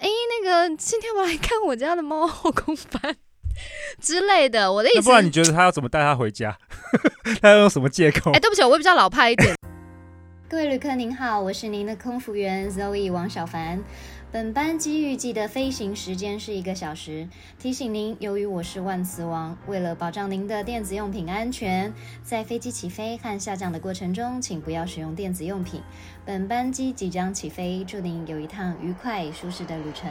嗯，今天我来看我家的猫后空翻之类的。我的意那思不，然你觉得他要怎么带他回家？ 他要用什么借口哎、？对不起，我比较老派一点。 各位旅客您好，我是您的空服员 Zoe 王小凡。本班机预计的飞行时间是一个小时。提醒您，由于我是万磁王，为了保障您的电子用品安全，在飞机起飞和下降的过程中，请不要使用电子用品。本班机即将起飞，祝您有一趟愉快舒适的旅程。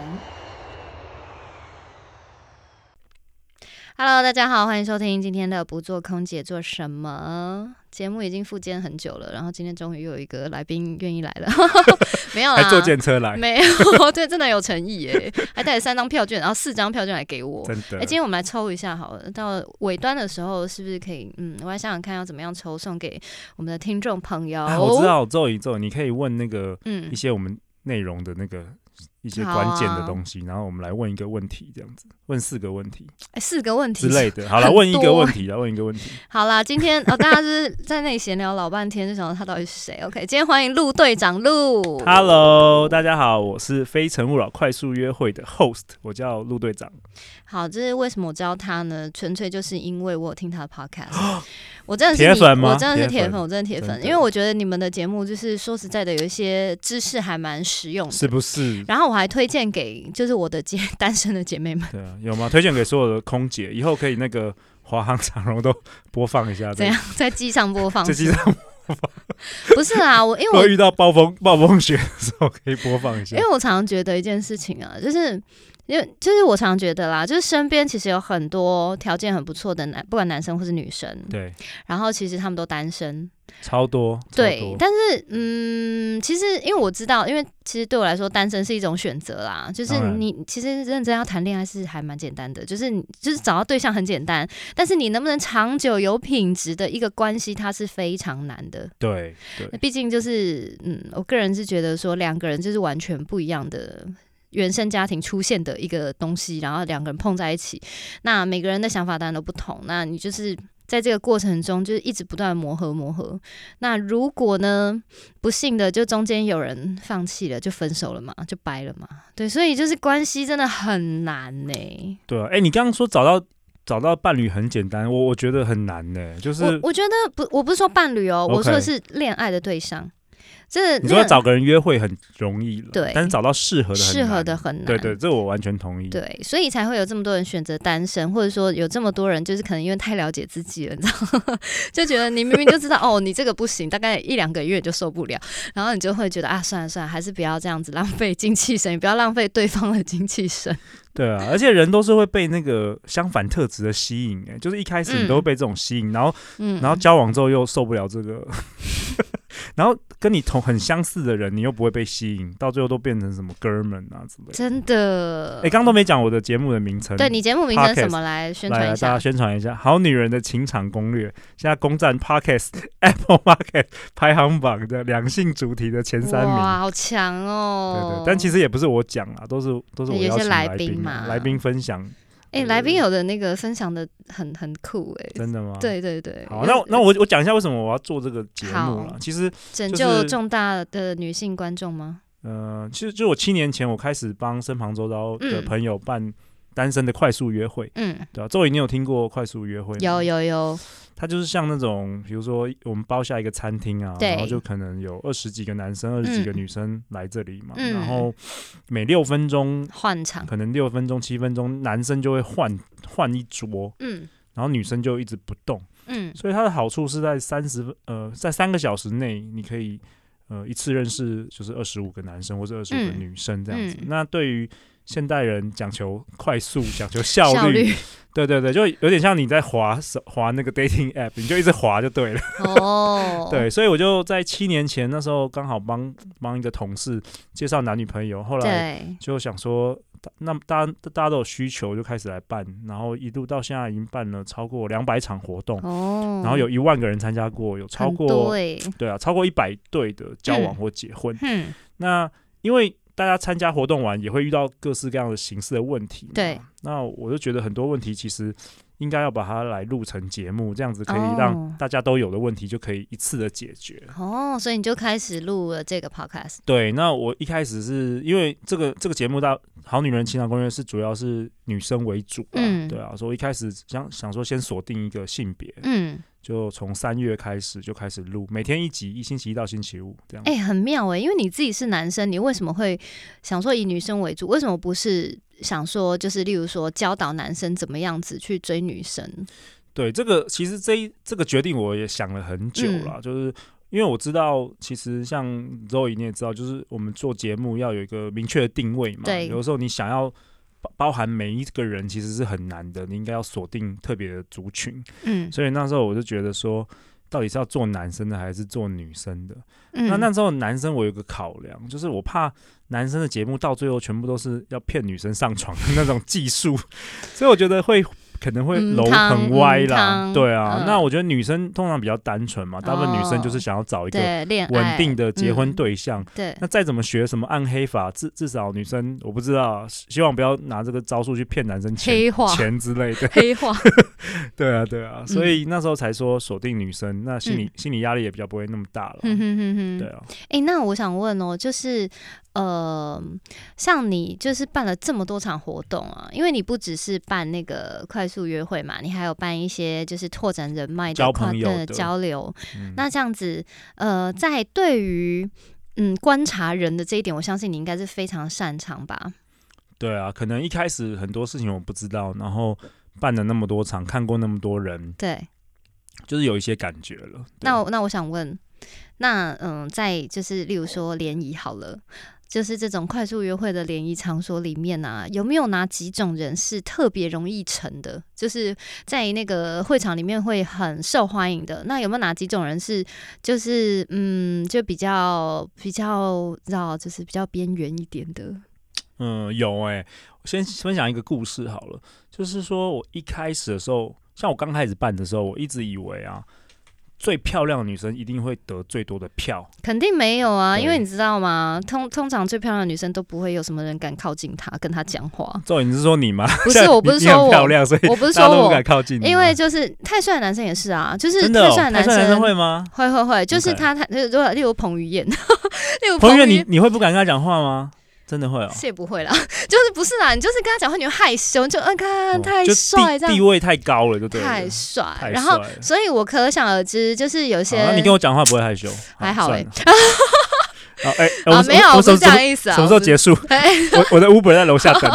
Hello，大家好，欢迎收听今天的《不做空姐做什么》节目，已经复健很久了，然后今天终于又有一个来宾愿意来了， 没有啦， 还坐电车来？哎没有， 对，真的有诚意耶，还带了三张票券，然后四张票券来给我，真哎、的，今天我们来抽一下好了。到尾端的时候，是不是可以？嗯，我来想想看要怎么样抽送给我们的听众朋友。啊我知。道，咒语咒，你可以问那个嗯一，些我们内容的那个一些好关键的啊东西，然后我们来问一个问题，这样子，问四个问题哎、四个问题之。类 的。好了，很问一个多问题啦，问一个 问题。好啦，今天哦，大家就是在那里闲聊老半天，就想到他到底是谁。OK，今天欢迎陆队长陆。 Hello，大家好，我是《非诚勿扰》快速约会的 host，我叫陆队长。好，这是为什么我知道他呢？纯粹就是因为我有听他的 podcast，我真的是铁你粉吗我真的是铁铁粉粉，我真的铁粉真，的因为我觉得你们的节目就是说实在的，有一些知识还蛮实用的。是不是？然后我还推荐给就是我的姐单身的姐妹们。对啊，有吗？推荐给所有的空姐，以后可以那个华航、长荣都播放一下。怎样？在机上播放 这？期上不是啊，我因为如果我遇到暴风暴风雪的时候，可以播放一下因。为我常常觉得一件事情啊，就是因为就是我常常觉得啦，就是身边其实有很多条件很不错的男，不管男生或是女生，对，然后其实他们都单身，超多，超对多。但是嗯，其实因为我知道，因为其实对我来说，单身是一种选择啦。就是当然你其实认真要谈恋爱是还蛮简单的，就是你就是找到对象很简单，但是你能不能长久有品质的一个关系，它是非常难的。对对，那毕竟就是，嗯，我个人是觉得说，两个人就是完全不一样的原生家庭出现的一个东西，然后两个人碰在一起，那每个人的想法当然都不同，那你就是。在这个过程中，就是一直不断地磨合磨合。那如果呢，不幸的就中间有人放弃了，就分手了嘛，就掰了嘛。对，所以就是关系真的很难呢、对啊。哎，你刚刚说找到找到伴侣很简单，我我觉得很难呢。就是我我觉得不，我不是说伴侣哦 OK 我说的是恋爱的对象。这你说恋找个人约会很容易了，对但是找到适合的很适合的难。很难。对对，这我完全同意。对，所以才会有这么多人选择单身，或者说有这么多人就是可能因为太了解自己了，你知道吗，就觉得你明明就知道哦，你这个不行，大概一两个月就受不了，然后你就会觉得啊，算了算了，还是不要这样子浪费精气神，也不要浪费对方的精气神。对啊，而且人都是会被那个相反特质的吸引，哎，就是一开始嗯你都会被这种吸引，然后 嗯，然后交往之后又受不了这个， 然后跟你同很相似的人，你又不会被吸引，到最后都变成什么哥们啊之类的。真的，哎、刚刚都没讲我的节目的名称，对你节目名称 podcast 什么来宣来传来一大家下？宣传一下《好女人的情场攻略》，现在攻占 Podcast、Apple Podcast 排行榜的两性主题的前三名。哇，好强对哦！对，但其实也不是我讲啊，都是都是我有邀些请来来宾宾啊嘛来宾分享，哎、来宾有的那个分享的很很酷哎、真的吗？。对对对，好，那我那我我讲一下为什么我要做这个节目了好。其实拯就救是重大的女性观众吗？呃，其实就我七年前，我开始帮身旁周遭的嗯朋友办单身的快速约会，嗯，对吧、啊？周宇，你有听过快速约会吗？有，有有，它就是像那种，比如说我们包下一个餐厅啊，对然后就可能有二十几个男生、二十几个女生来这里嘛，嗯然后每六分钟，换场，可能六分钟、七分钟，男生就会换换一桌，嗯然后女生就一直不动。嗯所以它的好处是在三十呃，在三个小时内，你可以呃一次认识就是二十五个男生或者二十五个嗯女生这样子。嗯那对于现代人讲求快速、讲求效率，效 率对对对，就有点像你在滑手滑那个 dating app，你就一直滑就对了。哦，对，所以我就在七年前那时候刚好帮帮一个同事介绍男女朋友，后来对，就想说。那么大家大家都有需求，就开始来办，然后一路到现在已经办了超过两百场活动，哦，然后有一万个人参加过，有超很多过欸对啊，超过一百对的交往嗯或结婚。哼，那因为大家参加活动完也会遇到各式各样的形式的问题嘛，对那我就觉得很多问题其实应该要把它来录成节目，这样子可以哦让大家都有的问题就可以一次的解决。哦，所以你就开始录了这个 podcast。嗯对，那我一开始是因为这个这个节目大《好女人情感攻略》是主要是女生为主、啊，嗯对啊，所以我一开始想想说先锁定一个性别，嗯，就从三月开始就开始录，每天一集，一星期一到星期五这样。哎、很妙哎、因为你自己是男生，你为什么会想说以女生为主？为什么不是想说就是例如说教导男生怎么样子去追女生？对，这个其实这一这个决定我也想了很久嗯啦，就是因为我知道，其实像 Zoe 你也知道，就是我们做节目要有一个明确的定位嘛。对有的时候你想要包包含每一个人，其实是很难的，你应该要锁定特别的族群。嗯所以那时候我就觉得说，到底是要做男生的还是做女生的？嗯，那那时候男生我有个考量，就是我怕男生的节目到最后全部都是要骗女生上床的那种技术， 所以我觉得会可能会嗯楼汤很歪啦。嗯汤对啊，嗯那我觉得女生通常比较单纯嘛，大部分女生就是哦想要找一个对恋爱稳定的结婚嗯对象。对那再怎么学什么暗黑法，至至少女生我不知道，希望不要拿这个招数去骗男生钱黑化钱之类的。 黑化，对啊，对嗯啊，所以那时候才说锁定女生，那心理、心理压力也比较不会那么大了。嗯哼哼哼，对啊，诶，那我想问哦，就是呃，像你就是办了这么多场活动啊，因为你不只是办那个快速约会嘛，你还有办一些就是拓展人脉的交跨朋友呃的交流。嗯、那这样子，呃，在对于嗯观察人的这一点，我相信你应该是非常擅长吧？对啊，可能一开始很多事情我不知道，然后办了那么多场，看过那么多人，对。就是有一些感觉了。对那我那我想问，那嗯，在就是例如说联谊好了，就是这种快速约会的联谊场所里面啊，有没有哪几种人是特别容易成的？就是在那个会场里面会很受欢迎的。那有没有哪几种人是就是嗯，就比较比较你知道，就是比较边缘一点的？嗯，有哎、我先分享一个故事好了，就是说我一开始的时候，像我刚开始办的时候，我一直以为啊，最漂亮的女生一定会得最多的票，肯定没有啊，对因为你知道吗？通通常最漂亮的女生都不会有什么人敢靠近她，跟她讲 话。赵颖，你是说你吗？不是现在我不是 你你很说我漂亮，所以我不是 大说家都不我敢靠近你吗，因为就是太帅的男生也是啊，就是真的、哦，帅的太帅男生生会吗？会会会，就是 OK 他他就是如果例如彭于晏，例如彭于晏，晏你你会不敢跟他讲话吗？真的会哦，是也不会啦，就是不是啦，你就是跟他讲话你会害羞，就嗯看哦太就帅这地地样，位太高了，就对了，太帅，太然后帅了所以我可想而知，就是有好那些你跟我讲话不会害羞，还好算欸了 好哎、哎我啊们没有，我我不们是什么这样意思啊，什么时我候不结束？ 我我的 Uber 在楼下等。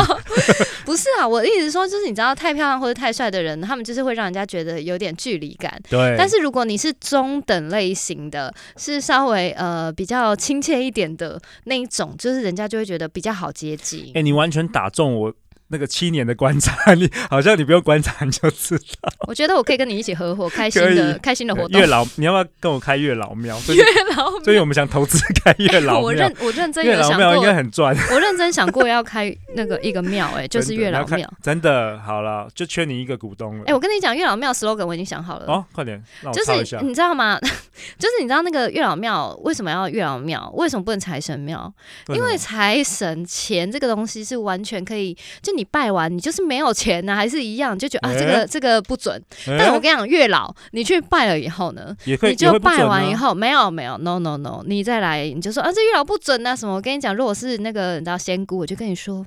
不是啊，我的意思说就是你知道太漂亮或者太帅的人，他们就是会让人家觉得有点距离感，对，但是如果你是中等类型的，是稍微呃比较亲切一点的那一种，就是人家就会觉得比较好接近哎、。你完全打中我那个七年的观察力，好像你不用观察你就知道。我觉得我可以跟你一起合伙，开心可以的开心的活动月。老，你要不要跟我开月老庙？最近 月老庙最近我们想投资开月老我庙认，我认真月有老想庙过应，该很赚，我认真想过要开那个一个庙，哎，就是真的月老你要开庙。真的好了，就缺你一个股东了。哎，我跟你讲，月老庙 slogan 我已经想好了。哦，快点，让我就抄一下。是你知道吗？ 就是你知道那个月老庙为什么要月老庙？为什么不能财神庙？因为什么财神钱这个东西是完全可以，就你拜完你就是没有钱呢、还是一样，你就觉得啊哎这个这个不准。但哎我跟你讲，月老你去拜了以后呢，也可以，你也就会不拜准完啊以后没有没有 no no no，你再来你就说啊这月老不准啊什么。我跟你讲，如果是那个你知道仙姑，我就跟你说。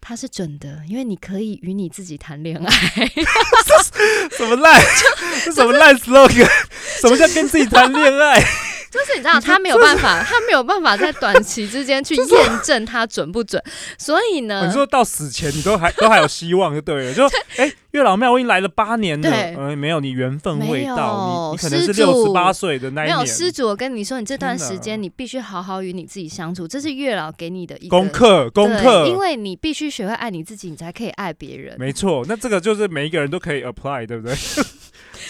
他是准的，因为你可以与你自己谈恋爱。 什么烂，这什么烂 slogan？什么叫跟自己谈恋 爱？就是你知道，他没有办法，他没有办法在短期之 间去验证他准不准，所以呢，哦你说到死前你 都还都还有希望就对了，就哎、月老庙我已经来了八年了，对呃，没有你缘分未没有到，你你可能是施主六十八岁的那没一有施年。主，我跟你说，你这段时天间你必须好好与你自己相处，这是月老给你的一个功课，功对课，因为你必须学会爱你自己，你才可以爱别人。没错，那这个就是每一个人都可以 apply，对 不对？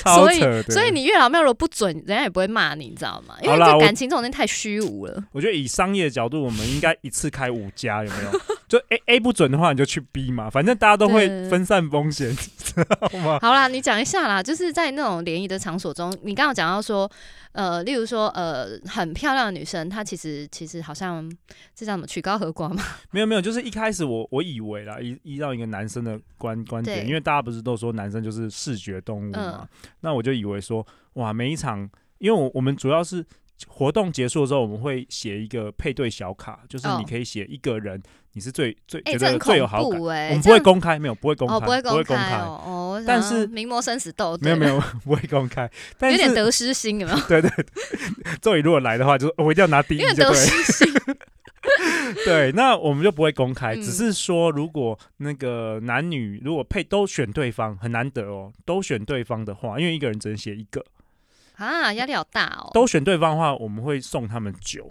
超所以扯的。，所以你月老庙如果不准，人家也不会骂你，你知道吗？因为好啦这我感情这种东西太虚无了。我觉得以商业角度，我们应该一次开五家，有没有？就 A A 不准的话，你就去 B 嘛，反正大家都会对分散风险。知道吗？好啦，你讲一下啦，就是在那种联谊的场所中，你刚刚有讲到说，呃，例如说，呃，很漂亮的女生，她其实其实好像这叫什么曲高和寡嘛，没有没有，就是一开始我我以为啦，依依照一个男生的观观点，对嗯因为大家不是都说男生就是视觉动物嘛，那我就以为说，哇，每一场，因为我我们主要是活动结束的时候，我们会写一个配对小卡，就是哦你可以写一个人，你是最最、哎、觉这得很最有好恐感，怖哎、我们不这会样公开，没有不会公开，哦，不会公公开哦，哦我想但是要明眸生死斗，没有对没有 不会公开，但有是点得失心有没有？ 对对，对周宇如果来的话，就是我一定要拿第一有点就得对了。失心， 对，那我们就不会公开，嗯只是说如果那个男女如果配都选对方，很难得哦，都选对方的话，因为一个人只能写一个，啊，压力好大哦。都选对方的话，我们会送他们酒，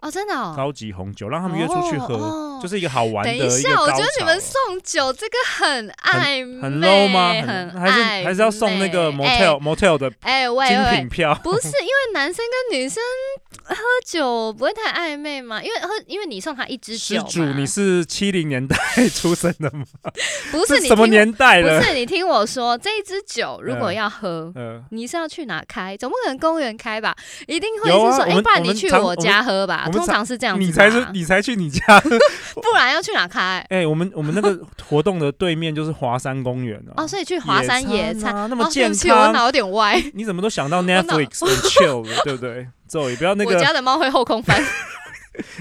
哦，真的哦，高级红酒，让他们约出去喝，哦就是一个好玩的等一个下，我觉得你们高潮送酒这个很暧昧，很 low 吗？很还是暧还是要送那个昧 motel、motel 的哎、哎喂精 喂品喂，票？不是因为男生跟女生喝酒不会太暧昧嘛？因为喝，因为你送他一支施酒主，嘛你是七零年代 出生的吗？不是这你什么听年代我了不？是你听我说，这一支酒如果 嗯要喝。呃，你是要去哪开？总不可能公园开吧？一定会有啊是说，哎、我们不然你我们去常我家喝吧。我们通常是这样子吧，你才是你才去你家 不然要去哪开？哎、我们我们那个活动的对面就是华山公园啊。哦，所以去华山野餐。啊，那哦么，对健不起，我康，脑有点歪。你怎么都想到脑 Netflix 跟 chill 了，对不对？走，也不要那我个，家的猫会后空 翻，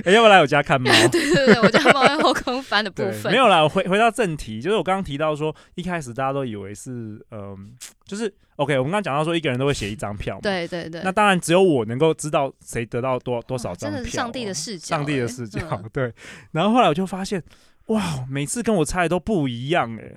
哎、要不要来我家看猫？ 对对对，我家猫会后空翻的部对，分。没有啦。我回回到正题，就是我刚刚提到说，一开始大家都以为是，嗯、就是 OK。我们刚刚讲到说，一个人都会写一张票嘛。。对对对，那当然，只有我能够知道谁得到多多少哇张真票、啊的是上帝的视角，上帝的哎视角，嗯对。然后后来我就发现，哇，每次跟我猜的都不一样哎、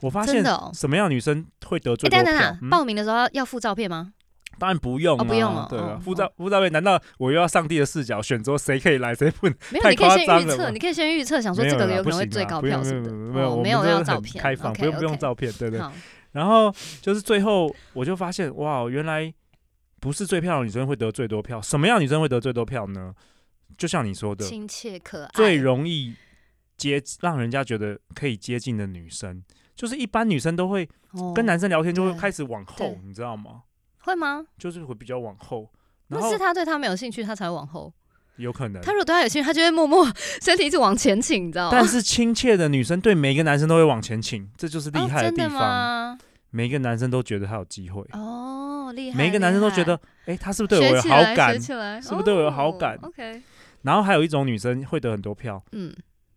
我发现真的哦什么样的女生会得哎，最多等票？等等嗯等，报名的时候要要附照片吗？当然不用、啊哦不用哦对啊哦，护照护照片，难道我又要上帝的视角选择谁可以来，谁不能？没有，太你可以夸先张预了吧测，你可以先预测，想说没这有个啦有可不能会行最啦高不票用什没有么的。没有，哦我没们有这要个照很片，开放，不用不用。照片，对对。好，然后就是最后我就发现，哇，原来不是最漂亮的女生会得最多票，什么样的女生会得最多票呢？就像你说的，亲切可爱，最容易接让人家觉得可以接近的女生，就是一般女生都会哦跟男生聊天就会对开始往后对，你知道吗？会吗？就是会比较往后，那然后是他对他没有兴趣，他才会往后。有可能他。如果对他有兴趣，他就会默 默身体一直往前倾，你知道吗？但是亲切的女生对每个男生都会往前倾，这就是厉哦害真地的方。吗？每一个男生都觉得他有机会，哦，厉害！每一个男生都觉厉害得，哎，他是不是对学我有起好来，感学？起来，是不是对我有好哦感？OK，然后还有一种女生会得很多票，嗯，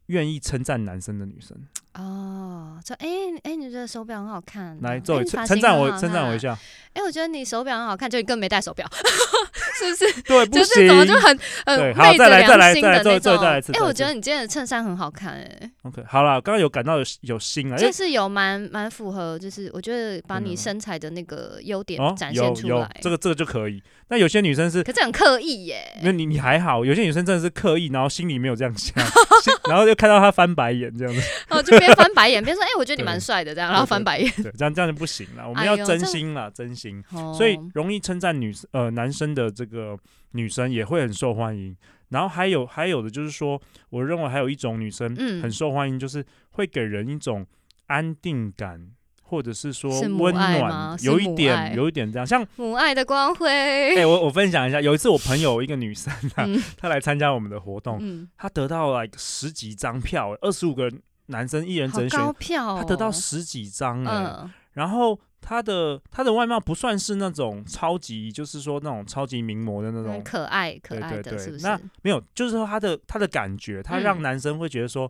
愿意称赞男生的女生。哦，说哎哎，诶你这手表很好看，来，这周伟称称赞我，称赞我哎一。你发型很好看下。哎，我觉得你手表很好看，就你根本没戴 手表， 是不是？ 对，不就是行怎么就很对很好昧着再来再良来心再来的那再来再来一种次。哎，再来我一次觉得你今天的衬衫很好看，哎， OK，好了，刚刚有感到有有心啊，因就为是有蛮蛮符合，就是我觉得把真的你吗身材的那个优点嗯哦，展现有出有来。这个这个就可以。那有些女生是，可是很刻意 耶，那你你还好，有些女生真的是刻意，然后心里没有这样想，心然后就看到她翻白眼这样子，然哦后就边翻白眼边说：“哎，我觉得你对蛮帅的。”这样，然后对翻白眼。对，这样这样就不行了。我们哎要呦真这样哦心啦，真心。所所以容易称赞女生呃男生的这个女生也会很受欢迎。然后还有还有的就是说，我认为还有一种女生嗯很受欢迎，就是会给人一种安定感，或者是说是母温爱吗暖，是有一母爱点有一点这样，像母爱的光 哎、辉，我我分享一下，有一次我朋友一个女生啊，嗯她来参加我们的活动，嗯，她得到了十几张票、二十五个男生一人好整选，高票哦，她得到十几张、哎、嗯然后她的她的外貌不算是那种超级，就是说那种超级名模的那种很，嗯可爱可爱对的，对是不是？那没有，就是说她的她的感觉，她让嗯男生会觉得说。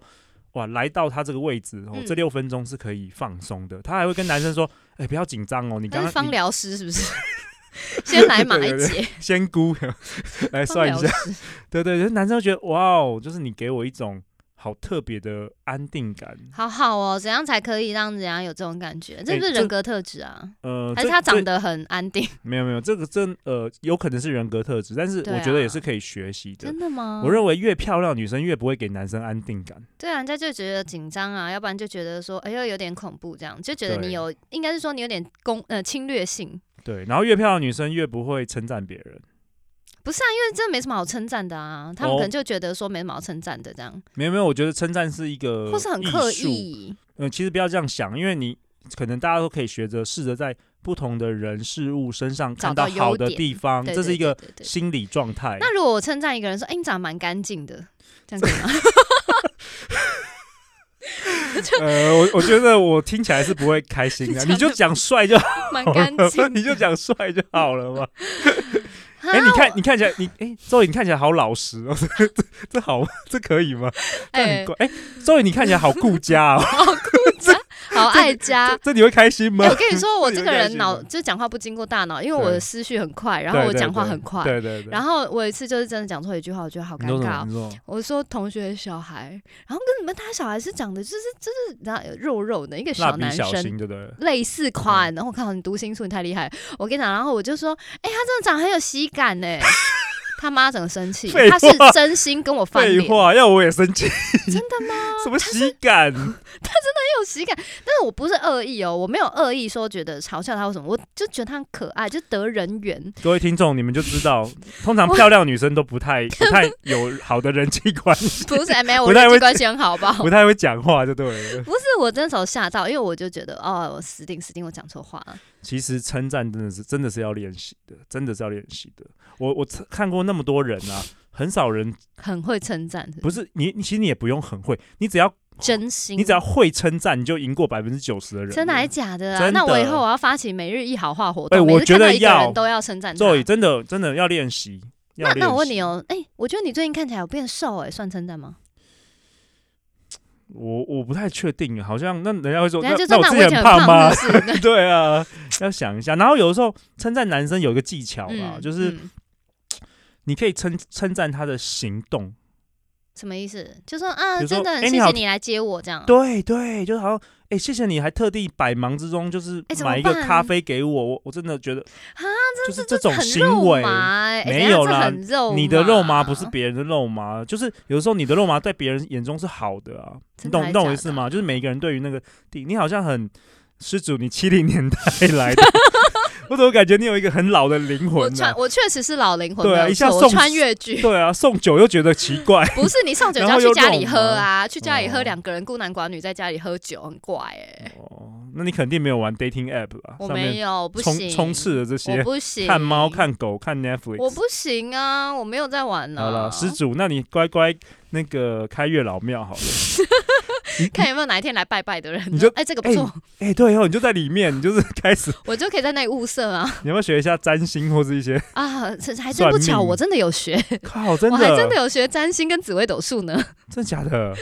哇，来到她这个位置哦，这嗯六分钟是可以放松的。她还会跟男生说：“哎、不要紧张哦，你刚他是刚芳你疗师是不 是？先来马一对对节，仙姑 来芳算一疗下师，对对，就是男生会觉得哇哦，就是你给我一种好特别的安定感。好好哦，怎样才可以让人家有这种感觉？这是不是哎这人格特质啊？呃，还是这他长这得很安定？没有没有，这个真呃有可能是人格特质，但是对我觉得也啊是可以学习的。真的吗？我认为越漂亮的女生越不会给男生安定感。对啊，人家就觉得紧张啊，要不然就觉得说，哎呦有点恐怖，这样就觉得对你有，应该是说你有点攻呃侵略性，对，然后越漂亮的女生越不会称赞别人。不是啊，因为这没什么好称赞的啊，他们哦可能就觉得说没什么好称赞的这样，没有没有，我觉得称赞是一个或是很艺刻术。意，嗯、其实不要这样想，因为你可能大家都可以学着试着在不同的人事物身上看到找到优好的点地方，对啊这是一个对对对对心理状态。那如果我称赞一个人说：“哎、你长得蛮干净的。”这样可以吗？ 呃，我我觉得我听起来是不会 开心的，讲你就讲帅就好 蛮干了，净。哦你就讲帅就好 了嘛。哎哎、你看你看起来你哎，周、宇你看起来好老实哦，这 这这好吗？这可以吗？这很哎，怪。哎、周、宇你看起来好顾家哦， 好爱家这。这你会开心吗？哎我跟你说，我这个人这脑有点就是讲话不经过大脑，因为我的对思绪很快，然后我对对讲话对很快。对对对。然后我有一次就是真的讲错一句话，我觉得好尴你说什尬哦。么？你说什么我说同学小孩，然后跟你们他小孩是长得就是就是然后肉肉的一个蜡小笔男小生，新，对不对了？类似嗯款，然后我靠，你读心术你太厉害了！我跟你讲，然后我就说，哎、他真的长得很有喜感呢。 他妈整个生气，废他话是真心跟我翻废脸， 很话，要我也生气。真的吗？什么喜感？有喜感。但是我不是恶意哦，我没有恶意说觉得嘲笑他或什么，我就觉得他很可爱，就得人 缘。各位听众，你们就知 道，通常漂亮女生都不太不太有好的人际 关系，不是，哎没有，我不太人际会关系很好，好不好 不？太会讲话，就对了。不是，我真的时候吓到，因为我就觉得，哦，我死定死定，我讲错话了。其实称赞真的是真的是要练习的，真的是要练习的。我我看过那么多人啊，很少人很会称赞，不是你，你其实你也不用很会，你只要真心，你只要会称赞，你就赢过百分之九十的人。真的还假的啊？真的那我以后我要发起每日一好话活动，哎每我次觉看到得一个人要都要称赞他。 Zoe，真的真的要练习。要啊那练那习我问你，哦，哎、我觉得你最近看起来有变瘦、哎，算称赞吗？我我不太确定，好像那人家会说，人那家就称赞那自我以己前很胖吗？是 不是对啊，要想一下。然后有的时候称赞男生有一个技巧啦，嗯就是嗯你可以称称赞他的行动。什么意思？就说啊，比如说真的很哎谢你谢好你来接我这样。对对，就是好像哎、谢谢你还特地百忙之中就是哎怎么买一个办咖啡给我，我我真的觉得啊，就是这种很行肉为。麻哎哎没等一下有这啦很肉你的肉麻麻不是别人的肉麻，就是有的时候你的肉麻在别人眼中是好的啊，你真的懂还你懂假我意思的吗？就是每一个人对于那个地，你好像很失主，你七零年代 来的，我怎么感觉你有一个很老的灵我魂呢、穿我确实是老灵魂，啊对啊没有一下错我送穿越 剧。对啊，送酒又觉得奇 怪，不是你上酒就然要后去又家里肉喝啊，去家里喝哦两个人孤男寡女在家里喝酒很怪哎、哦，那你肯定没有玩 dating app 吧？我上没面有，我不充行，充斥的这我些，不行，看猫、看狗、看 Netflix。我不行啊，我没有在玩呢、好了，施主，那你乖乖那个开月老庙好了。 看有没有哪一天来拜拜的人呢，你就哎、这个不错，哎、对哦，你就在里面，你就是开始，我就可以在那里物色啊你要不要学一下占星或是 一些？啊！这还真算不巧，命我真的有学，靠，真我的，还真的有学占星跟紫微斗数呢。真的 假的？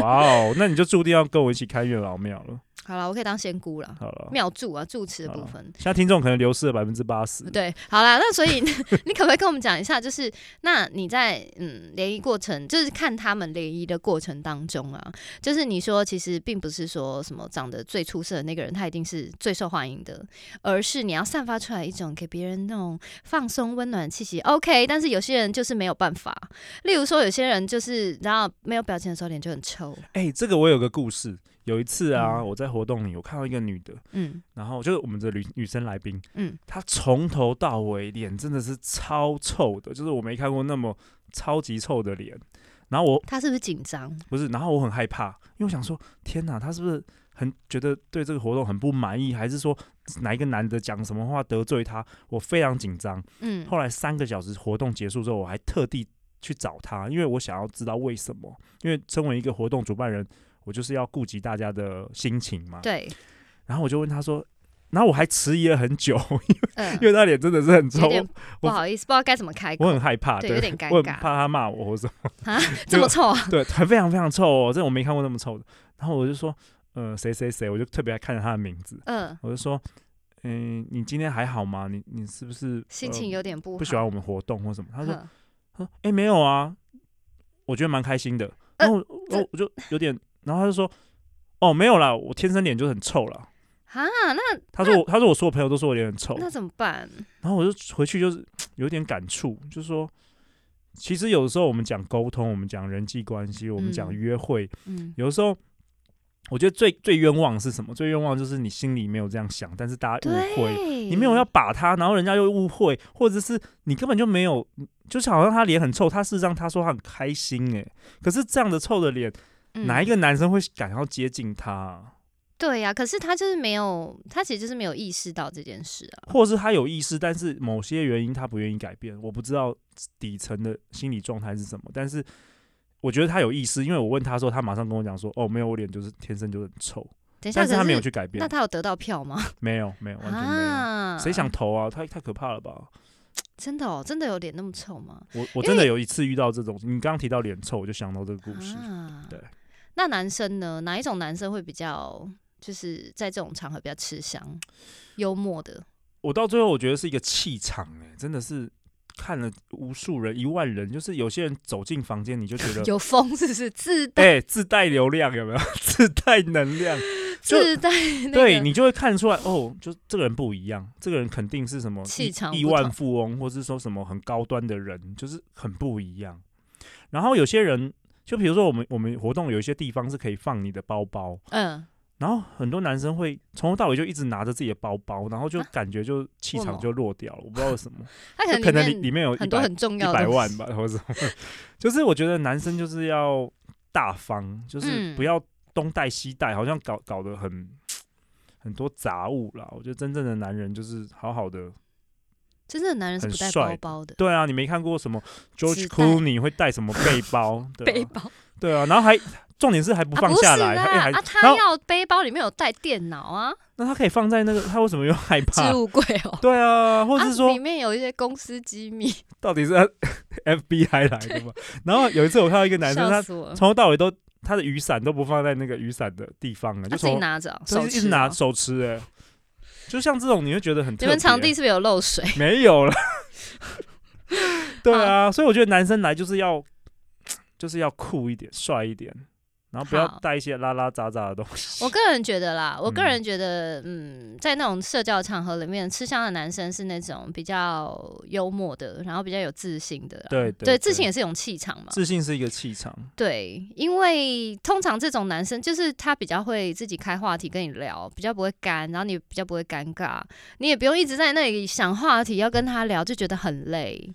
哇哦，那你就注定要跟我一起开月老庙了。好了，我可以当仙姑了，好了，妙祝啊，住持的部好分。现在听众可能流失了百分之八十。对，好啦，那所以 你可不可以跟我们讲一下，就是那你在嗯联谊过程，就是看他们联谊的过程当中啊，就是你说其实并不是说什么长得最出色的那个人他一定是最受欢迎的，而是你要散发出来一种给别人那种放松温暖的气息。OK，但是有些人就是没有办法，例如说有些人就是然后没有表情的时候脸就很臭，哎、这个我有个故事。有一次啊，嗯我在活动里，我看到一个女的，嗯然后就是我们的女女生来宾，嗯，她从头到尾脸真的是超臭的，就是我没看过那么超级臭的脸。然后我他是不是紧张？不是，然后我很害怕，因为我想说，天哪，她是不是很觉得对这个活动很不满意，还是说哪一个男的讲什么话得罪她？我非常紧张。嗯，后来三个小时活动结束之后，我还特地去找她，因为我想要知道为什么。因为身为一个活动主办人，我就是要顾及大家的心情嘛。对，然后我就问她说，然后我还迟疑了很久， 嗯、因为他脸真的是很有臭，点不我好意思，不知道该怎么开口我。很害怕，对对，有点尴我很尬怕他骂我或什么，啊， 这么臭啊！ 对，很非常非常臭哦，这我没看过那么臭的。然后我就说，呃，谁谁谁，我就特别爱看着他的名字，嗯，我就说，嗯、你今天还好吗？你你是不是心情、有点不呃好。嗯不喜欢我们活动或什么？他说，哼哎、诶没有啊，我觉得蛮开心的。然后我、呃这我我就有点，然后他就说，哦，没有啦，我天生脸就很臭啦。啊，那他说我，他说我所有朋友都说我脸很臭。那怎么办？然后我就回去就是有点感触，就是说，其实有的时候我们讲沟通，我们讲人际关系，我们讲嗯约会，嗯，有的时候我觉得最最冤枉的是什么？最冤枉就是你心里没有这样想，但是大家误会，对，你没有要把他，然后人家又误会，或者是你根本就没有，就是好像他脸很臭，他事实上他说他很开欸心诶、可是这样的臭的脸，嗯哪一个男生会想要接近他啊？对呀、可是他就是没有，他其实就是没有意识到这件事啊。或者是他有意识，但是某些原因他不愿意改变，我不知道底层的心理状态是什么，但是我觉得他有意识，因为我问他说，他马上跟我讲说，哦，没有，我脸就是天生就很臭，等一下，但是他可没有去改变那，他有得到票吗？没有，没有，完全没有，啊，谁想投啊？太太可怕了吧！真的哦，真的有脸那么臭吗？我我真的有一次遇到这种，你刚刚提到脸臭，我就想到这个故事。啊对。那男生呢？哪一种男生会比较就是在这种场合比较吃香、幽默的？我到最后我觉得是一个气场、哎，真的是看了无数人、一万人，就是有些人走进房间，你就觉得。 有风是不是自带、呃哎、自带流量有没有？ 自带能量，就自带那个对你就会看出来哦，就这个人不一样，这个人肯定是什么气亿场亿不万同富翁，或是说什么很高端的人，就是很不一样。然后有些人，就比如说我们我们活动有一些地方是可以放你的包包，嗯，然后很多男生会从头到尾就一直拿着自己的包包，然后就啊感觉就气为什场么就落掉了，我不知道 为什么，他就可可能能里里面有一很多百很重一要的百东万西吧，或者什么， 就是我觉得男生就是要大方，就是嗯不要东带西带，好像搞搞得很很多杂物啦。我觉得真正的男人就是好好的，真正的男人是很不带帅包的包的，对啊，你没看过什么 George 纸袋 Clooney 会带什么背 包，对背啊，包对啊，然后还重点是还不啊放不是下来，哎啦还还啊，然他后要背包里面有带电脑啊，那他可以放在那个，他为什么又害置怕？物柜哦。对啊， 或啊者是说、里面有一些公司机密，到底是他 FBI 来的吗？然后有一次我看到一个 男生，笑他死我了！从头到尾都他的雨伞都不放在那个雨伞的地方了，他就自己从拿着啊，就手是一持直拿啊。手持哎、就像这种你会觉得很你特别。们场地是不是有漏 水？没有了，对啊，所以我觉得男生来就是要就是要酷一点、帅一点，然后不要好带一些拉拉杂杂的东西。我个人觉得啦，我个嗯人觉得，嗯，在那种社交场合里面，吃香的男生是那种比较幽默的，然后比较有自信的啦。对对对，对自信也是一种气场嘛。自信是一个气场，对，因为通常这种男生就是他比较会自己开话题跟你聊，比较不会干，然后你比较不会尴尬，你也不用一直在那里想话题要跟他聊，就觉得很累。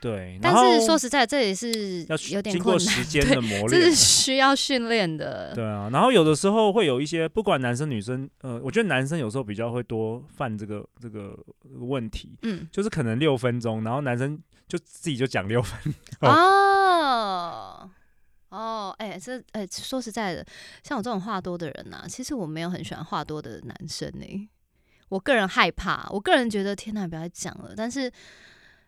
对。但然后是说实在，这也是要有点经困过难时，间对的磨这练啊是，需要训练的。对啊，然后有的时候会有一些，不管男生女生，呃，我觉得男生有时候比较会多犯这个这个问题，嗯，就是可能六分钟，然后男生就自己就讲六分，哦哦。哦，哎、这哎、说实在的，像我这种话多的人呐、其实我没有很喜欢话多的男生呢、我个人害怕，我个人觉得天哪，不要再讲了。但是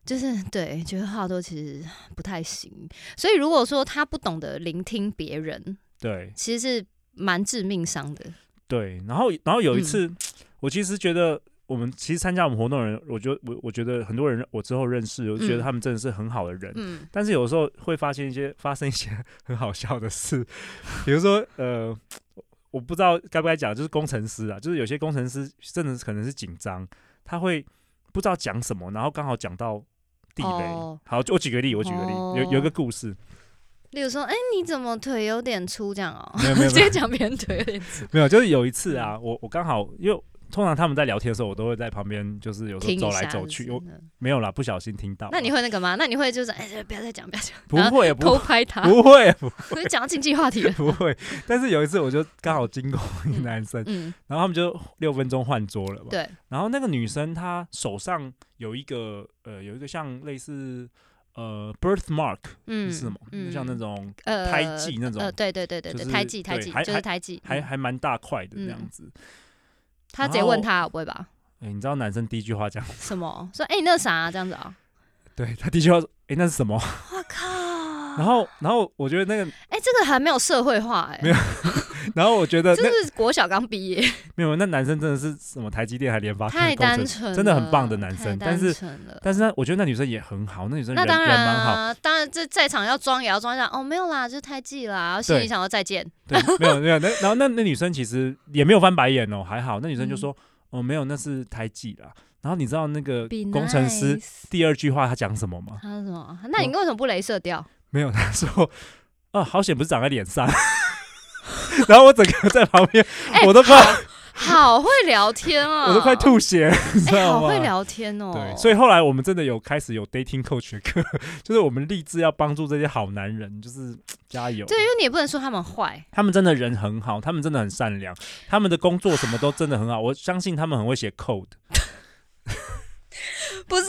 就是对，觉得话多其实不太行。所以如果说他不懂得聆听别人，对 其实是蛮致命伤的。对，然后然后有一次，嗯我其实觉得我们其实参加我们活动的人，我觉得我我觉得很多人我之后认识，我就觉嗯得他们真的是很好的人，嗯，但是有时候会发现一些发生一些很好笑的事， 比如说呃，我不知道该不该讲，就是工程师啊，就是有些工程师真的是可能是紧张，他会不知道讲什么，然后刚好讲到地雷。哦好，就我举个例，我举个例，有有一个哦故事，例如说，哎、你怎么腿有点粗这样哦、没有没 有直接讲别人腿有点粗，没有，就是有一次啊，嗯我我刚好因为。通常他们在聊天的时候，我都会在旁边，就是有时候听一走来下走是去。真我的没有啦，不小心听到了。那你会那个吗？那你会就是哎、不要再讲，不要讲，不然后会不偷啊会拍他， 不会就讲到经济话题 了。不会？但是有一次，我就刚好经过一个嗯男生，嗯，然后他们就六分钟换桌了嘛。对，然后那个女生她手上有一个呃有一个像类似呃 birthmark 嗯，是什么？嗯像那种呃胎记那种呃，对对对对对，就是胎记对胎记还就是胎记，还嗯还蛮大块的这嗯样子。他直接问他不会吧？哎、你知道男生第一句话讲，什么？说哎你那啥啊这样子 啊？对他第一句话说，哎、那是什么？ 我靠！然后然后我觉得那个，哎，这个还没有社会化哎没，有 然后我觉得这那是国小刚毕业，没有那男生真的是什么台积电还联发科太工单程师，纯了，啊真的很棒的男太生，单但是。纯了。但是呢，我觉得那女生也很好，那女生那人当人然蛮好，啊，当然这在场要装也要装一下哦，没有啦，就是胎记啦，然后心里对想说再见，对， 没有没有，那然后那那女生其实也没有翻白眼哦，还好，那女生就说、嗯哦没有，那是胎记啦。然后你知道那个 Be 工程师 nice 第二句话他讲什么吗？他说什么？那你为什么不镭射掉？ 没有，他说啊 哦好险不是长在脸上。然后我整个在旁边，哎我都不知道，好会聊天啊！我都快吐血了，你知哎、道好吗？会聊天哦。对，所以后来我们真的有开始有 dating coach 的课， 就是我们立志要帮助这些好男人，就是加油。对因为你也不能说他们坏，他们真的人很好，他们真的很善良，他们的工作什么都真的很好，我相信他们很会写 code。不是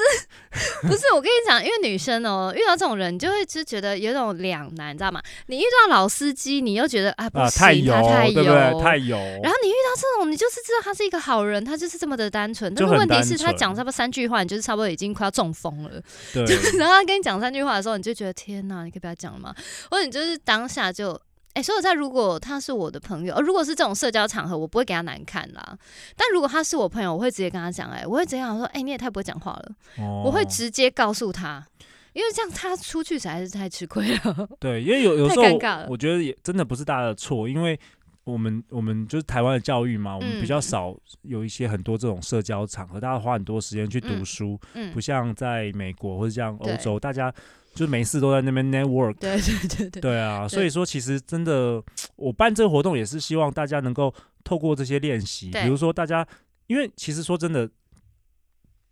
不是，我跟你讲，因为女生哦，遇到这种人，你就会就觉得有一种两难，你知道吗？你遇到老司机，你又觉得啊不啊，行，太油他，太对不油对？太油。然后你遇到这种，你就是知道他是一个好人，他就是这么的单纯。但就是问很题是，单他纯讲差不多三句话，你就是差不多已经快要中风了。对， 然后他跟你讲三句话的时候，你就觉得天哪，你可以不要讲了吗？或者你就是当下就，哎、说实在，如果他是我的朋友，呃，如果是这种社交场合，我不会给他难看啦。但如果他是我朋友，我会直接跟他讲，哎，我会直接讲说，哎、你也太不会讲话了，哦我会直接告诉他。因为这样他出去实在是太吃亏 了，对，因为有有太时候尴我尬了我觉得也真的不是大家的错，因为我们我们就是台湾的教育嘛，我们比较嗯少有一些很多这种社交场合，大家花很多时间去读嗯书，嗯不，像在美国或者像欧对洲，大家就没事都在那边 network。对对对对， 对啊，所以说其实真的，我办这个活动也是希望大家能够透过这些练习，对比如说大家，因为其实说真的，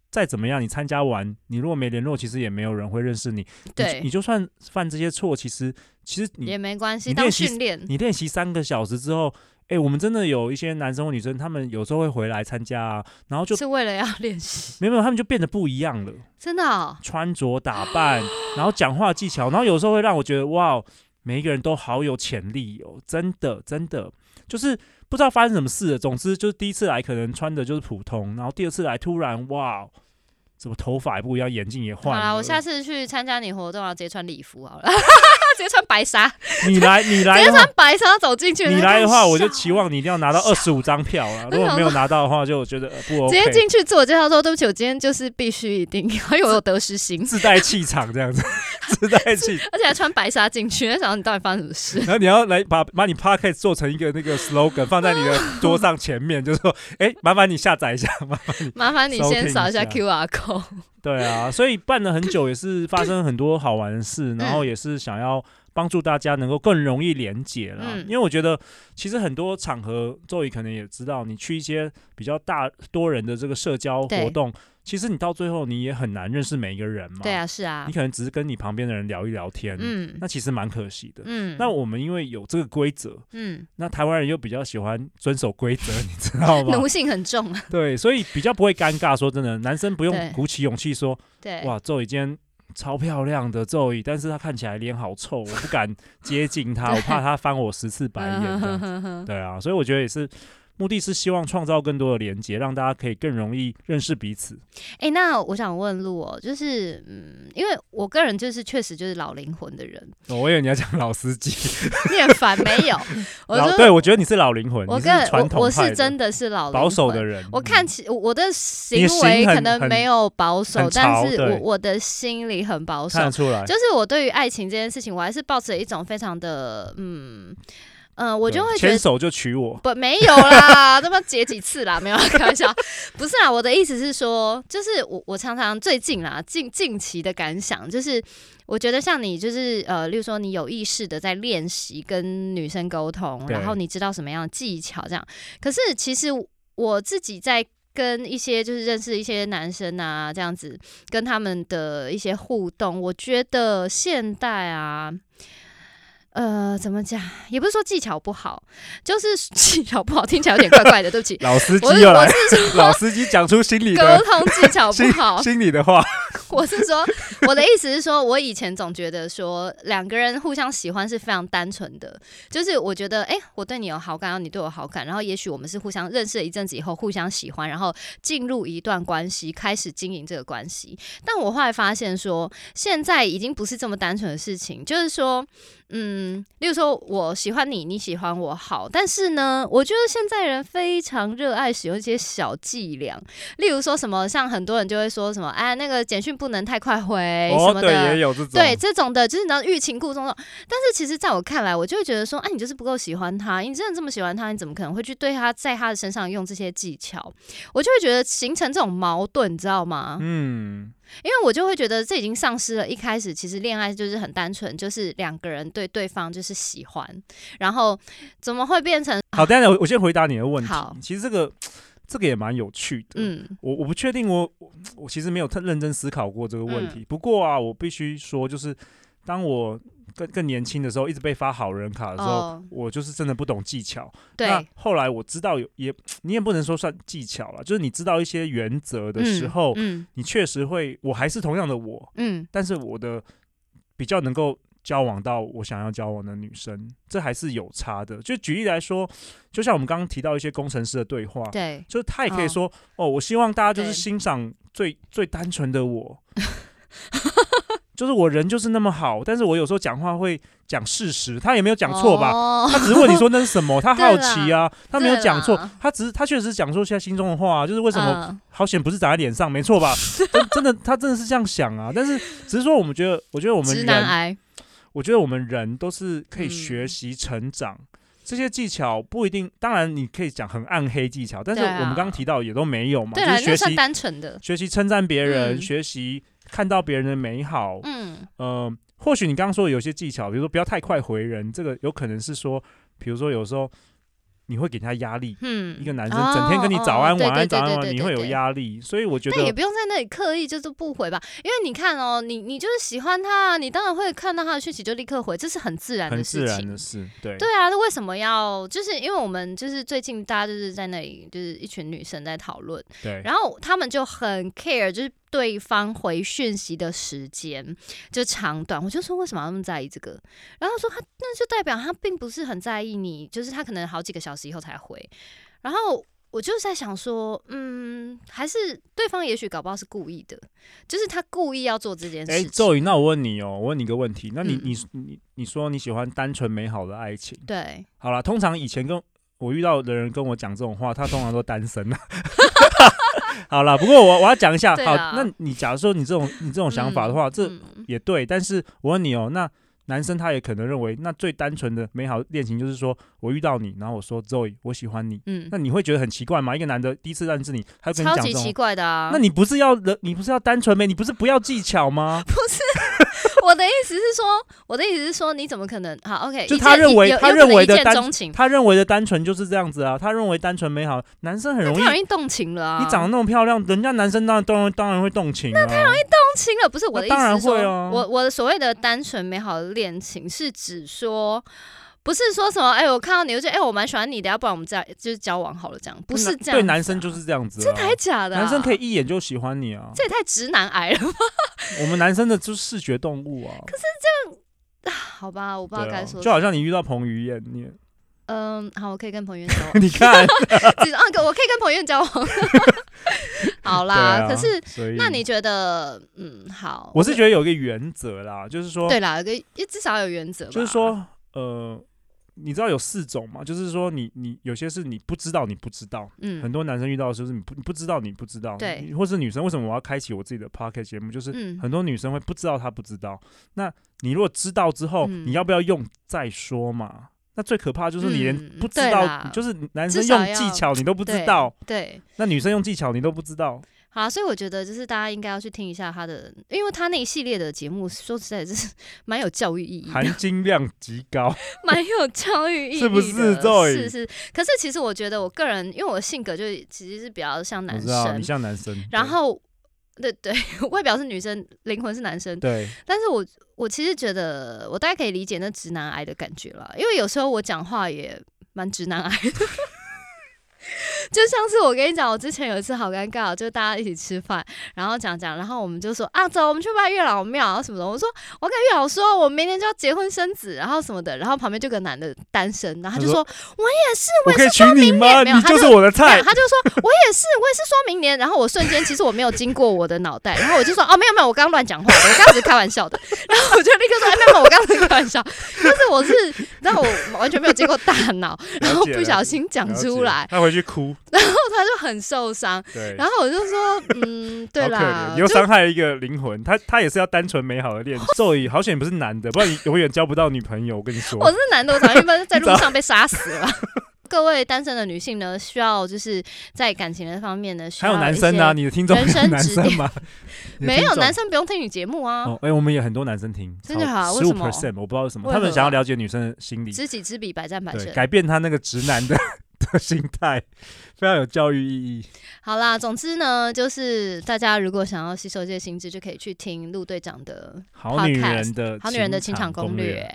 再怎么样你参加完，你如果没联络，其实也没有人会认识你。你对你就算犯这些错，其实其实也你没关系，你当练习训练，你练习三个小时之后，哎、我们真的有一些男生或女生，他们有时候会回来参加、啊，然后就是为了要练习， 没有没有，他们就变得不一样了。真的、哦，穿着打 扮，然后讲话技巧，然后有时候会让我觉得哇，每一个人都好有潜力哦，真的真的，就是不知道发生什么事了。总之就是第一次来可能穿的就是普通，然后第二次来突然哇，怎么头发也不一样，眼镜也好换了。啦，我下次去参加你活动啊，直接穿礼服好了， 直接穿白纱，你 来你来直接的话穿白纱走进去。哎你然后来的话，看我就笑期望你一定要拿到二十五张 票啊！如果没有拿到的话，就我觉得呃不直接 OK，进去自我介绍说：“对不起，我今天就是必须一定要，因为我有得失心，自带气场这样子， 自带气。而且还穿白纱进去，在想你到底发生什么事。”然后你要来把把你 podcast 做成一个那个 slogan 放在你的桌上前面，就说：“哎、麻烦你下载一下 嘛。麻烦你先扫一下收听 QR code。”对啊，所以办了很久，也是发生很多好玩 的事，然后也是想要帮助大家能够更容易连结啦。嗯因为我觉得，其实很多场合，周怡可能也知道，你去一些比较大多人的这个社交活对动，其实你到最后你也很难认识每一个人嘛。对，啊，是啊你，可能只是跟你旁边的人聊一聊天，嗯那其实蛮可惜的。嗯，那我们因为有这个规则，嗯，那台湾人又比较喜欢遵守规则，你知道吗奴？性很重啊。 对，所以比较不会尴尬。说真的，男生不对用鼓起勇气说对，：“哇，周雨今天超漂亮的周雨，但是她看起来脸好臭，我不敢接 近她，我怕她翻我十次白眼。”这样子，嗯对啊，所以我觉得也是，目的是希望创造更多的连接，让大家可以更容易认识彼此。哎、那我想问路哦，就是嗯，因为我个人就是确实就是老灵魂的人，哦我以为你要讲老司机，你很烦没有？我老说对我觉得你是老灵魂，我你是个传我统我派是真的是老保灵守魂的人。我嗯看起我我的行行为可很能很没有保守，很但潮是对我我的心里很保守看得。出来，就是我对于爱情这件事情，我还是抱持一种非常的嗯嗯、呃我就对会觉牵得。手就娶我。不，没有啦， 这么结几次啦？没有，开玩笑，不是啦。我的意思是说，就是我我常常最近啦，近近期的感想就是，我觉得像你就是呃，例如说你有意识的在练习跟女生沟通，对然后你知道什么样的技巧这样。可是其实我自己在。跟一些就是认识一些男生啊，这样子跟他们的一些互动，我觉得现代啊，呃，怎么讲，也不是说技巧不好，就是 技巧不好，听起来有点怪怪的，对不起。老司机我是又我来，是 说老司机讲出心里沟 的通技巧不心好，心里的话，我是说我的意思是说，我以前总觉得说两个人互相喜欢是非常单纯的，就是我觉得哎、诶我对你有好感，然后你对我好感，然后也许我们是互相认识了一阵子以后互相喜欢，然后进入一段关系，开始经营这个关系。但我后来发现说，现在已经不是这么单纯的事情，就是说。嗯，例如说我喜欢你，你喜欢我好，但是呢，我觉得现在人非常热爱使用一些小伎俩，例如说什么，像很多人就会说什么，哎，那个简简讯不能太快回什哦，么对，的。也有这种，对这种的，就是你知道欲擒故纵那种。但是其实在我看来，我就会觉得说，哎、你就是不够喜欢他，你真的这么喜欢他，你怎么可能会去对他在他的身上用这些技巧？我就会觉得形成这种矛盾，你知道吗？嗯，因为我就会觉得这已经丧失了一开始其实恋爱就是很单纯，就是两个人对对方就是喜欢，然后怎么会变成好，等一下我我先回答你的问题好。其实这个这个也蛮有趣的，嗯我我不确定我，我我其实没有特认真思考过这个问嗯题。不过啊，我必须说，就是当我更更年轻的时候，一直被发好人卡的时候，哦我就是真的不懂技巧。那对后来我知道有也，你也不能说算技巧了，就是你知道一些原则的时候，嗯你确实会，我还是同样的我，嗯但是我的比较能够交往到我想要交往的女生，这还是有差的。就举例来说，就像我们刚刚提到一些工程师的对话，嗯，对，就是他也可以哦说哦我希望大家就是对欣赏最最单纯的我， 就是我人就是那么好，但是我有时候讲话会讲事实，他也没有讲错吧？哦、他只是问你说那是什 么，他对好奇啊，他没有对讲错啦，他只是他确实讲出现在心中的话、啊，就是为什么嗯好险不是长在脸上，没错 吧？真真的他真的是这样想啊，但是只是说我们觉得，我觉得我们直男人，癌？我觉得我们人都是可以嗯学习成长。这些技巧不一定，当然你可以讲很暗黑技巧，但是我对啊们刚提到也都没有嘛，对就啦，是那学算习单纯的，学习称赞别人，嗯学习看到别人的美好，嗯呃，或许你刚刚说的有些技巧，比如说不要太快回人，这个有可能是说，比如说有时候你会给他压力，嗯，一个男生整天跟你早安、哦晚对安、对早安、对晚安，对你对会有对压力，所以我觉但也得不用在那里刻意就是不回吧，因为你看哦，你你就是喜欢他啊，你当然会看到他的讯息就立刻回，这是很自然很的自事然情的。事，对，对啊，那为什么要？就是因为我们就是最近大家就是在那里就是一群女生在讨论，对，然后他们就很 care 就是对方回讯息的时间就长短。我就说为什么要那么在意这个？然后他说他那就代表他并不是很在意你，就是他可能好几个小时以后才回。然后我就在想说，嗯，还是对方也许搞不好是故意的，就是他故意要做这件哎，事情。咒语，那我问你哦，我问你一个问题，那你嗯你你你说你喜欢单纯美好的爱情，对，好啦，通常以前跟我遇到的人跟我讲这种话，他通常都单身啊。 好啦，不过我我要讲一下，对好，啦那你假如说你这种你这种想法的话，嗯这嗯也对，但是我问你哦，那男生他也可能认为，那最单纯的美好恋情就是说我遇到你，然后我说 Zoe，我喜欢你，嗯，那你会觉得很奇怪吗？一个男的第一次认识你，他就跟超你讲级这奇种。怪的啊。那你不是要人，你不是要单纯美，你不是不要技巧吗？不是 我的意思是说，我的意思是说，你怎么可能？好，OK，就一他见认一为有他有可认能为一的见单钟情，他认为的单纯就是这样子啊，他认为单纯美好，男生很容易太容易动情了啊！你长得那么漂亮，人家男生当然当然当然会动情、啊，那太容易动。动情了，不是我的意思当然是说，会啊我我的所谓的单纯美好的恋情是指说。不是说什么，哎、我看到你，我觉得，哎、我蛮喜欢你的，要不然我们再就是交往好了，这样不是这样、对男生就是这样子、啊，真的还假的啊、男生可以一眼就喜欢你啊。这也太直男癌了吧？ 我们男生的就是视觉动物啊，可是好吧，我不知道该说什就么。好像你遇到彭于晏，你也 嗯，好，我可以跟彭于晏交往。 你看，其实啊，可我可以跟彭于晏交往。 好对啦，啊，可是所以那你觉得，嗯，好，我是觉得有一个原则啦，就是说，对啦，有个也至少有原则吧，就是说，呃，你知道有四种嘛，就是说你你有些是你不知道，你不知道。嗯，很多男生遇到的时候是你不你不知道你不知道，对你，或是女生为什么我要开启我自己的 p o c k e t 节目，就是嗯很多女生会不知道她不知道。那你如果知道之后，嗯你要不要用再说嘛？那最可怕就是你嗯连不知对道，啦就是男生至少用要技巧你都不知对道，对。那女生用技巧你都不知道。好、啊，所以我觉得就是大家应该要去听一下他的，因为他那一系列的节目，说实在是 蛮有教育意义的，含金量极高，蛮有教育意义的，是不是是 Zoe？是可是其实我觉得我个人，因为我性格就是其实是比较像 我男知道生你，像男生。然后 对对，外表是女生，灵魂是男生，对对但是我我其实觉得我大概可以理解那直男癌的感觉了，因为有时候我讲话也蛮直男癌的。 就上次我跟你讲，我之前有一次好尴尬哦，就大家一起吃饭，然后讲讲，然后我们就说啊，走，我们去拜月老庙啊什么的。我说我跟月老说，我明年就要结婚生子，然后什么的。然后旁边就有个男的单身，然后他就说我也是，我也可以是娶说你明吗？年没有你他就是我的没菜有，。他就说我也是，我也是说明年。然后我瞬间其实我没有经过我的脑袋，然后我就说哦没有没有，我刚刚乱讲话的，我刚刚只是开玩笑 的。然后我就立刻说哎没有没有，我刚刚只是开玩笑。但是我是，然后我完全没有经过大脑，然后 了解不小心讲了解出来。他回去哭。他就很受伤。对，然后我就说，嗯，对好可啦怜，你，又就伤害了一个灵魂，他他也是要单纯美好的 恋情。咒语，好险你不是男的，不然你永远交不到女朋友。我跟你说，我是男的，我早就被在路上被杀死了。 各位单身的女性呢，需要就是在感情的方面呢，需还要有男生呢、啊，你的听众人有生男指生点吗？ 你的没有听众男生不用听你节目啊，哦，哎、我们也很多男生听，真的啊为十五什么 percent，我不知道为什么，为他们何想要啊了解女生的心理，知己知彼，百战百对，胜。改变他那个直男的 的心态，非常有教育意义。好啦，总之呢，就是大家如果想要吸收这些心智，就可以去听陆队长的好女 Podcast，人《的好女人的情场攻攻略》。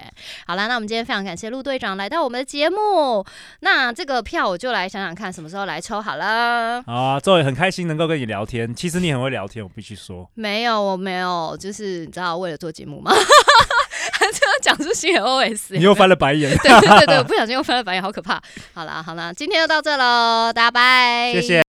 好啦，那我们今天非常感谢陆队长来到我们的节目。那这个票我就来想想看什么时候来抽好了。好啊，周伟很开心能够跟你聊天，其实你很会聊天，我必 须说。没有，我没有，就是你知道，为了做节目 嘛，还是要讲出 新的 OS。你又翻了白 眼，对对对对，我不小心又翻了白眼，好可怕。好啦好啦，今天就到这喽，大家拜，谢谢。